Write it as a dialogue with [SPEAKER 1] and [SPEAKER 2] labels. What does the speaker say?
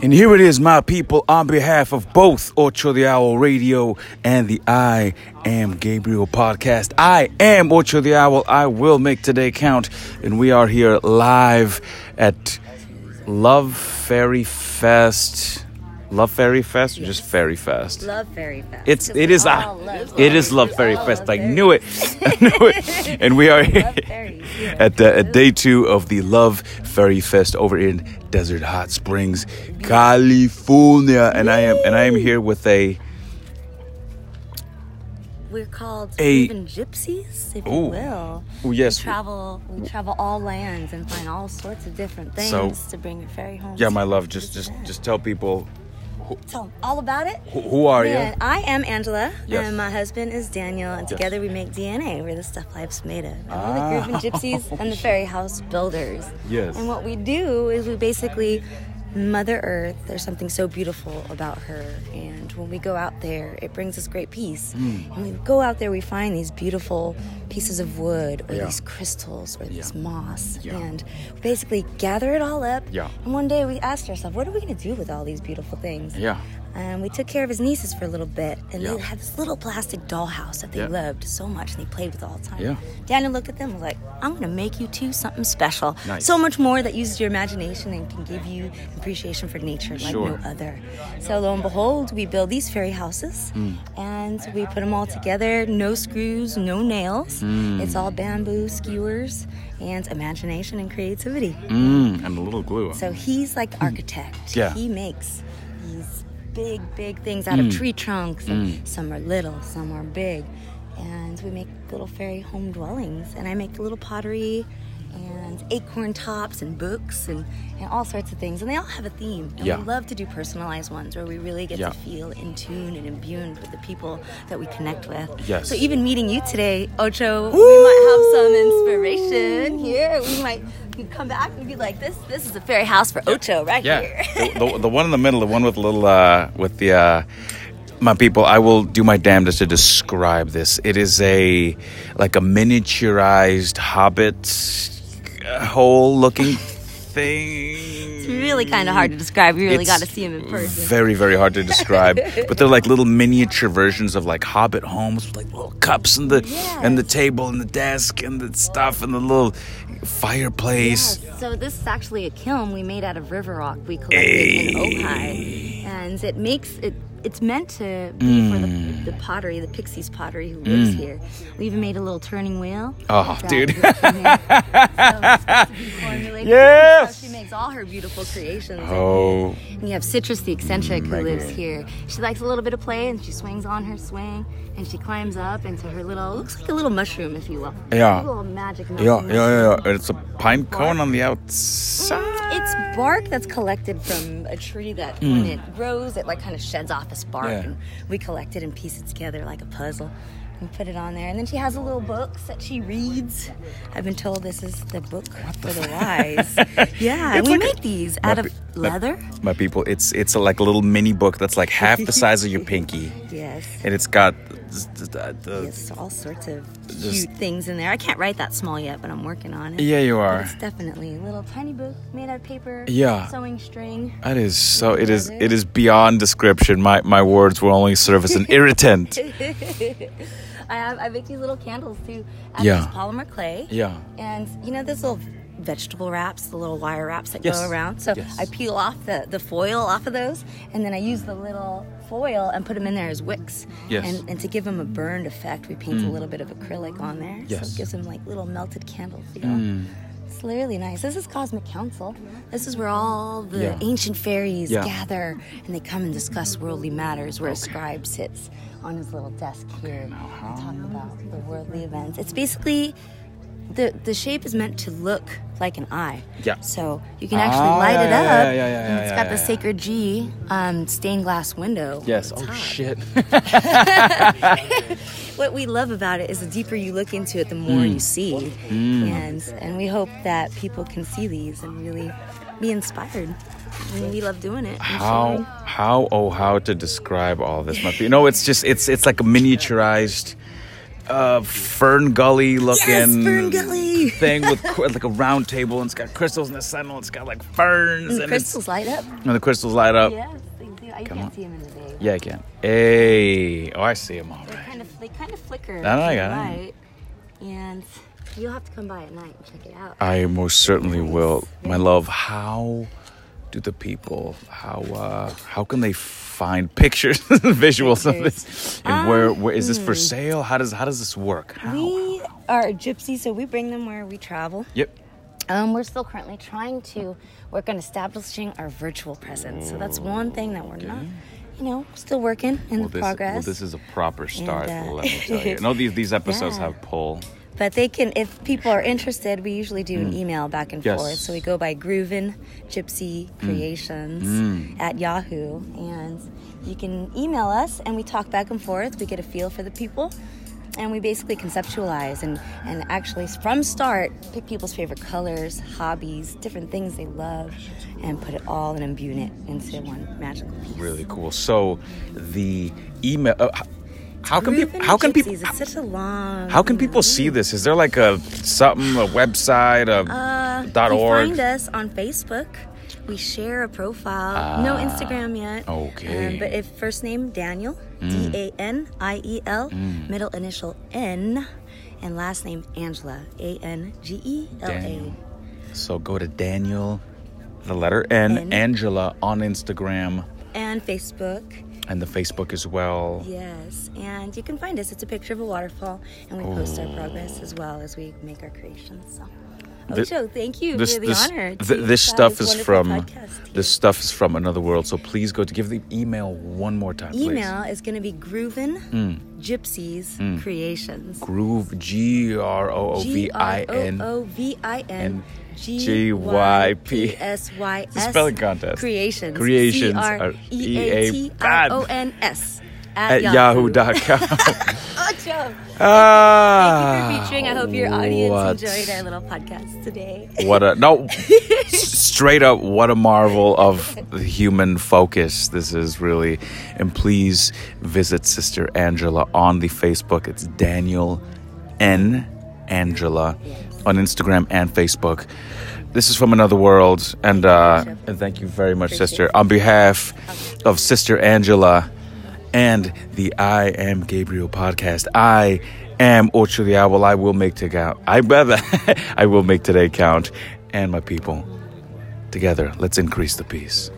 [SPEAKER 1] And here it is, my people, on behalf of both Ocho de Owl Radio and the I Am Gabriel podcast. I am Ocho de Owl. I will make today count. And we are here live at Love Fairy Fest. Love Fairy Fest or just Fairy Fest?
[SPEAKER 2] Love Fairy Fest.
[SPEAKER 1] It's
[SPEAKER 2] 'Cause
[SPEAKER 1] it
[SPEAKER 2] we
[SPEAKER 1] is
[SPEAKER 2] all
[SPEAKER 1] ah,
[SPEAKER 2] love
[SPEAKER 1] it is Love
[SPEAKER 2] We
[SPEAKER 1] Fairy
[SPEAKER 2] all
[SPEAKER 1] Fest.
[SPEAKER 2] love
[SPEAKER 1] I
[SPEAKER 2] fairies.
[SPEAKER 1] knew it, I knew it, and we are
[SPEAKER 2] fairies, yeah.
[SPEAKER 1] at uh, at day two of the Love Fairy Fest over in Desert Hot Springs, California, and I am and I am here with a
[SPEAKER 2] We're called
[SPEAKER 1] A-
[SPEAKER 2] even gypsies, if
[SPEAKER 1] Ooh.
[SPEAKER 2] you will.
[SPEAKER 1] oh yes
[SPEAKER 2] We travel. We travel all lands and find all sorts of different things
[SPEAKER 1] So-
[SPEAKER 2] to bring your fairy home.
[SPEAKER 1] yeah
[SPEAKER 2] to
[SPEAKER 1] my
[SPEAKER 2] you.
[SPEAKER 1] love just just just tell people
[SPEAKER 2] Tell 'em all about it.
[SPEAKER 1] who, who are
[SPEAKER 2] Man,
[SPEAKER 1] you?
[SPEAKER 2] I am Angela,
[SPEAKER 1] Yes.
[SPEAKER 2] and my husband is Daniel, and together we make DNA, where the stuff life's made of. And we're the Groovin' Gypsies and the Fairy House Builders.
[SPEAKER 1] Ah. Yes.
[SPEAKER 2] And what we do is we basically Mother Earth. There's something so beautiful about her, and when we go out there, it brings us great peace.
[SPEAKER 1] Hmm.
[SPEAKER 2] And we go out there, we find these beautiful pieces of wood, or
[SPEAKER 1] Yeah.
[SPEAKER 2] these crystals, or this
[SPEAKER 1] Yeah.
[SPEAKER 2] moss,
[SPEAKER 1] Yeah.
[SPEAKER 2] and we basically gather it all up.
[SPEAKER 1] Yeah.
[SPEAKER 2] And one day we asked ourselves, what are we going to do with all these beautiful things?
[SPEAKER 1] Yeah.
[SPEAKER 2] And Um, we took care of his nieces for a little bit, and
[SPEAKER 1] Yeah.
[SPEAKER 2] they had this little plastic dollhouse that they
[SPEAKER 1] Yeah.
[SPEAKER 2] loved so much, and they played with all the time.
[SPEAKER 1] Yeah.
[SPEAKER 2] Daniel looked at them and was like, "I'm gonna make you two something special,
[SPEAKER 1] Nice.
[SPEAKER 2] so much more that uses your imagination and can give you appreciation for nature like
[SPEAKER 1] Sure.
[SPEAKER 2] no other." So lo and behold, we build these fairy houses,
[SPEAKER 1] Mm.
[SPEAKER 2] and we put them all together. No screws, no nails.
[SPEAKER 1] Mm.
[SPEAKER 2] It's all bamboo skewers and imagination and creativity.
[SPEAKER 1] Mm, and a little glue.
[SPEAKER 2] So he's like the architect.
[SPEAKER 1] hmm. Yeah.
[SPEAKER 2] He makes these big, big things out
[SPEAKER 1] Hmm.
[SPEAKER 2] of tree trunks. And Some are little, some are big. And we make little fairy home dwellings. And I make little pottery and acorn tops and books and, and all sorts of things. And they all have a theme. And
[SPEAKER 1] Yeah.
[SPEAKER 2] we love to do personalized ones where we really get
[SPEAKER 1] Yeah.
[SPEAKER 2] to feel in tune and imbued with the people that we connect with.
[SPEAKER 1] Yes.
[SPEAKER 2] So even meeting you today, Ocho, we might have some inspiration here. We might come back and be like, this this is a fairy house for Ocho right
[SPEAKER 1] Yeah,
[SPEAKER 2] here.
[SPEAKER 1] the, the, the one in the middle, the one with little uh, with the uh, my people. I will do my damnedest to describe this. It is a like a miniaturized hobbit uh, hole looking thing.
[SPEAKER 2] really kind of hard to describe. You really
[SPEAKER 1] Mm. It's
[SPEAKER 2] got to see him in person.
[SPEAKER 1] Very, very hard to describe. but they're like little miniature versions of like hobbit homes with like little cups and the and the table and the desk and the stuff and the little fireplace.
[SPEAKER 2] Yes, So this is actually a kiln we made out of river rock we collected in Ojai, and it makes it. It's meant to be for
[SPEAKER 1] Mm.
[SPEAKER 2] the, the pottery, the Pixies pottery who lives here. We even made a little turning wheel.
[SPEAKER 1] Oh,
[SPEAKER 2] that
[SPEAKER 1] dude.
[SPEAKER 2] we can make. So it's supposed to be formulated.
[SPEAKER 1] Yes!
[SPEAKER 2] So she makes all her beautiful creations. in
[SPEAKER 1] Oh.
[SPEAKER 2] And you have Citrus the eccentric who
[SPEAKER 1] Mega.
[SPEAKER 2] lives here. She likes a little bit of play and she swings on her swing and she climbs up into her little looks like a little mushroom if you will.
[SPEAKER 1] Yeah.
[SPEAKER 2] Little magic
[SPEAKER 1] Yeah,
[SPEAKER 2] mushroom.
[SPEAKER 1] yeah, yeah, yeah. It's a pine cone on the outside.
[SPEAKER 2] It's bark that's collected from a tree that when it grows it like kind of sheds off its bark
[SPEAKER 1] Mm. Yeah.
[SPEAKER 2] and we collect it and piece it together like a puzzle. And put it on there, and then she has a little books that she reads. I've been told this is the book for the wise. yeah, and we make these out of leather.
[SPEAKER 1] My people, it's it's a, like a little mini book that's like half the size of your pinky,
[SPEAKER 2] Yes.
[SPEAKER 1] and it's got the, the,
[SPEAKER 2] Yes, all sorts of cute
[SPEAKER 1] Just-
[SPEAKER 2] things in there. I can't write that small yet, but I'm working on it.
[SPEAKER 1] yeah, you
[SPEAKER 2] But
[SPEAKER 1] are.
[SPEAKER 2] it's definitely a little tiny book made out of paper.
[SPEAKER 1] Yeah.
[SPEAKER 2] Sewing string.
[SPEAKER 1] That is so. It is. It is beyond description. My my words will only serve as an irritant.
[SPEAKER 2] I have I make these little candles too out
[SPEAKER 1] Yeah.
[SPEAKER 2] of this polymer clay.
[SPEAKER 1] Yeah.
[SPEAKER 2] And you know those little vegetable wraps, the little wire wraps that
[SPEAKER 1] Yes.
[SPEAKER 2] go around. So
[SPEAKER 1] Yes.
[SPEAKER 2] I peel off the, the foil off of those, and then I use the little foil and put them in there as wicks.
[SPEAKER 1] Yes. Mm.
[SPEAKER 2] And, and to give them a burned effect, we paint a little bit of acrylic on there. So
[SPEAKER 1] Yes. Mm.
[SPEAKER 2] it gives them like little melted candles. You know? It's really nice. This is Cosmic Council. This is where all the
[SPEAKER 1] Yeah.
[SPEAKER 2] ancient fairies
[SPEAKER 1] Yeah.
[SPEAKER 2] gather and they come and discuss worldly matters. Where a scribe sits on his little desk here and talk about the worldly events. It's basically the the shape is meant to look like an eye.
[SPEAKER 1] Yeah.
[SPEAKER 2] So you can actually
[SPEAKER 1] Ah,
[SPEAKER 2] light
[SPEAKER 1] yeah,
[SPEAKER 2] it
[SPEAKER 1] yeah,
[SPEAKER 2] up.
[SPEAKER 1] yeah, yeah, yeah,
[SPEAKER 2] and it's
[SPEAKER 1] yeah,
[SPEAKER 2] got
[SPEAKER 1] yeah,
[SPEAKER 2] the
[SPEAKER 1] yeah.
[SPEAKER 2] sacred G um, stained glass window.
[SPEAKER 1] Yes.
[SPEAKER 2] It's
[SPEAKER 1] Oh
[SPEAKER 2] hot.
[SPEAKER 1] shit.
[SPEAKER 2] What we love about it is the deeper you look into it, the more
[SPEAKER 1] Hmm.
[SPEAKER 2] you see. And and we hope that people can see these and really be inspired. And we love doing it. and
[SPEAKER 1] How
[SPEAKER 2] sharing.
[SPEAKER 1] how oh how to describe all this? My people. You know, it's just it's it's like a miniaturized uh, fern gully looking
[SPEAKER 2] Yes, fern gully.
[SPEAKER 1] thing with qu- like a round table and it's got crystals in the center. and It's got like ferns and,
[SPEAKER 2] And the
[SPEAKER 1] it's-
[SPEAKER 2] crystals light up.
[SPEAKER 1] and the crystals light up. Yeah,
[SPEAKER 2] Yes, they do. I can't
[SPEAKER 1] on.
[SPEAKER 2] see them in the day.
[SPEAKER 1] I can. Hey, oh, I see them all
[SPEAKER 2] They're
[SPEAKER 1] right.
[SPEAKER 2] kind of they kind of flicker.
[SPEAKER 1] I know, I
[SPEAKER 2] in
[SPEAKER 1] got it.
[SPEAKER 2] the light. And you'll have to come by at night and check it out.
[SPEAKER 1] I most certainly will, my love. How do the people? How uh, how can they find pictures, visuals of this? And where where is this for
[SPEAKER 2] Mm.
[SPEAKER 1] sale? How does how does this work? How?
[SPEAKER 2] We are a gypsy, so we bring them where we travel.
[SPEAKER 1] Yep.
[SPEAKER 2] Um, we're still currently trying to work on establishing our virtual presence. So that's one thing that we're not, you know, still working in
[SPEAKER 1] Well,
[SPEAKER 2] the
[SPEAKER 1] this,
[SPEAKER 2] progress.
[SPEAKER 1] well, this is a proper start.
[SPEAKER 2] uh,
[SPEAKER 1] let me tell you. No, these these episodes
[SPEAKER 2] Yeah.
[SPEAKER 1] have pull.
[SPEAKER 2] But they can, if people are interested, we usually do an email back and
[SPEAKER 1] Mm. Yes. Mm.
[SPEAKER 2] forth. So we go by Groovin Gypsy Creations at Yahoo, and you can email us, and we talk back and forth. We get a feel for the people, and we basically conceptualize and and actually from start pick people's favorite colors, hobbies, different things they love, and put it all and imbue it into one magical piece.
[SPEAKER 1] Really cool. So the email. Uh, h- how can people?
[SPEAKER 2] Groovin'
[SPEAKER 1] How can people?
[SPEAKER 2] Gypsies, It's such a long.
[SPEAKER 1] How can people see this? Is there like a something, a website, a
[SPEAKER 2] Uh,
[SPEAKER 1] dot
[SPEAKER 2] you
[SPEAKER 1] org?
[SPEAKER 2] Find us on Facebook. We share a profile. no Instagram yet.
[SPEAKER 1] Ah, okay. Hmm.
[SPEAKER 2] Um, but if first name Daniel, D A N I E L, middle initial N, and last name Angela, A N G E L
[SPEAKER 1] Daniel.
[SPEAKER 2] A.
[SPEAKER 1] So go to Daniel, the letter N,
[SPEAKER 2] N.
[SPEAKER 1] Angela on Instagram
[SPEAKER 2] And Facebook,
[SPEAKER 1] and the Facebook as well.
[SPEAKER 2] yes. And you can find us. It's a picture of a waterfall, and we post our progress as well as we make our creations. So.
[SPEAKER 1] Thi-
[SPEAKER 2] Ocho, thank you
[SPEAKER 1] This
[SPEAKER 2] for the
[SPEAKER 1] this
[SPEAKER 2] honor. to
[SPEAKER 1] th- this
[SPEAKER 2] start
[SPEAKER 1] stuff
[SPEAKER 2] this
[SPEAKER 1] is
[SPEAKER 2] wonderful
[SPEAKER 1] from
[SPEAKER 2] podcast here.
[SPEAKER 1] this stuff is from another world. So please go to give the email one more time.
[SPEAKER 2] email is going to be groovin
[SPEAKER 1] Mm.
[SPEAKER 2] gypsies creations
[SPEAKER 1] please. groove G R Mm. O O V I N.
[SPEAKER 2] G-R-O-O-V-I-N
[SPEAKER 1] N-
[SPEAKER 2] G-Y-P-S-Y-S
[SPEAKER 1] It's a spelling contest.
[SPEAKER 2] creations E
[SPEAKER 1] Creations are E
[SPEAKER 2] C-R-E-A-T-I-O-N-S
[SPEAKER 1] At yahoo.com.
[SPEAKER 2] Ocho. Thank you
[SPEAKER 1] ah,
[SPEAKER 2] for featuring. I hope your audience
[SPEAKER 1] what-
[SPEAKER 2] enjoyed our little podcast today.
[SPEAKER 1] What a no! s- straight up, what a marvel of the human focus this is really. And please visit Sister Angela on the Facebook. It's Daniel N Angela on Instagram and Facebook. This is from another world, and uh, and thank you very much, Sister, on behalf of Sister Angela and the I Am Gabriel podcast. I am Ocho the Owl. I will make to count. I rather, I will make today count. And my people, together, let's increase the peace.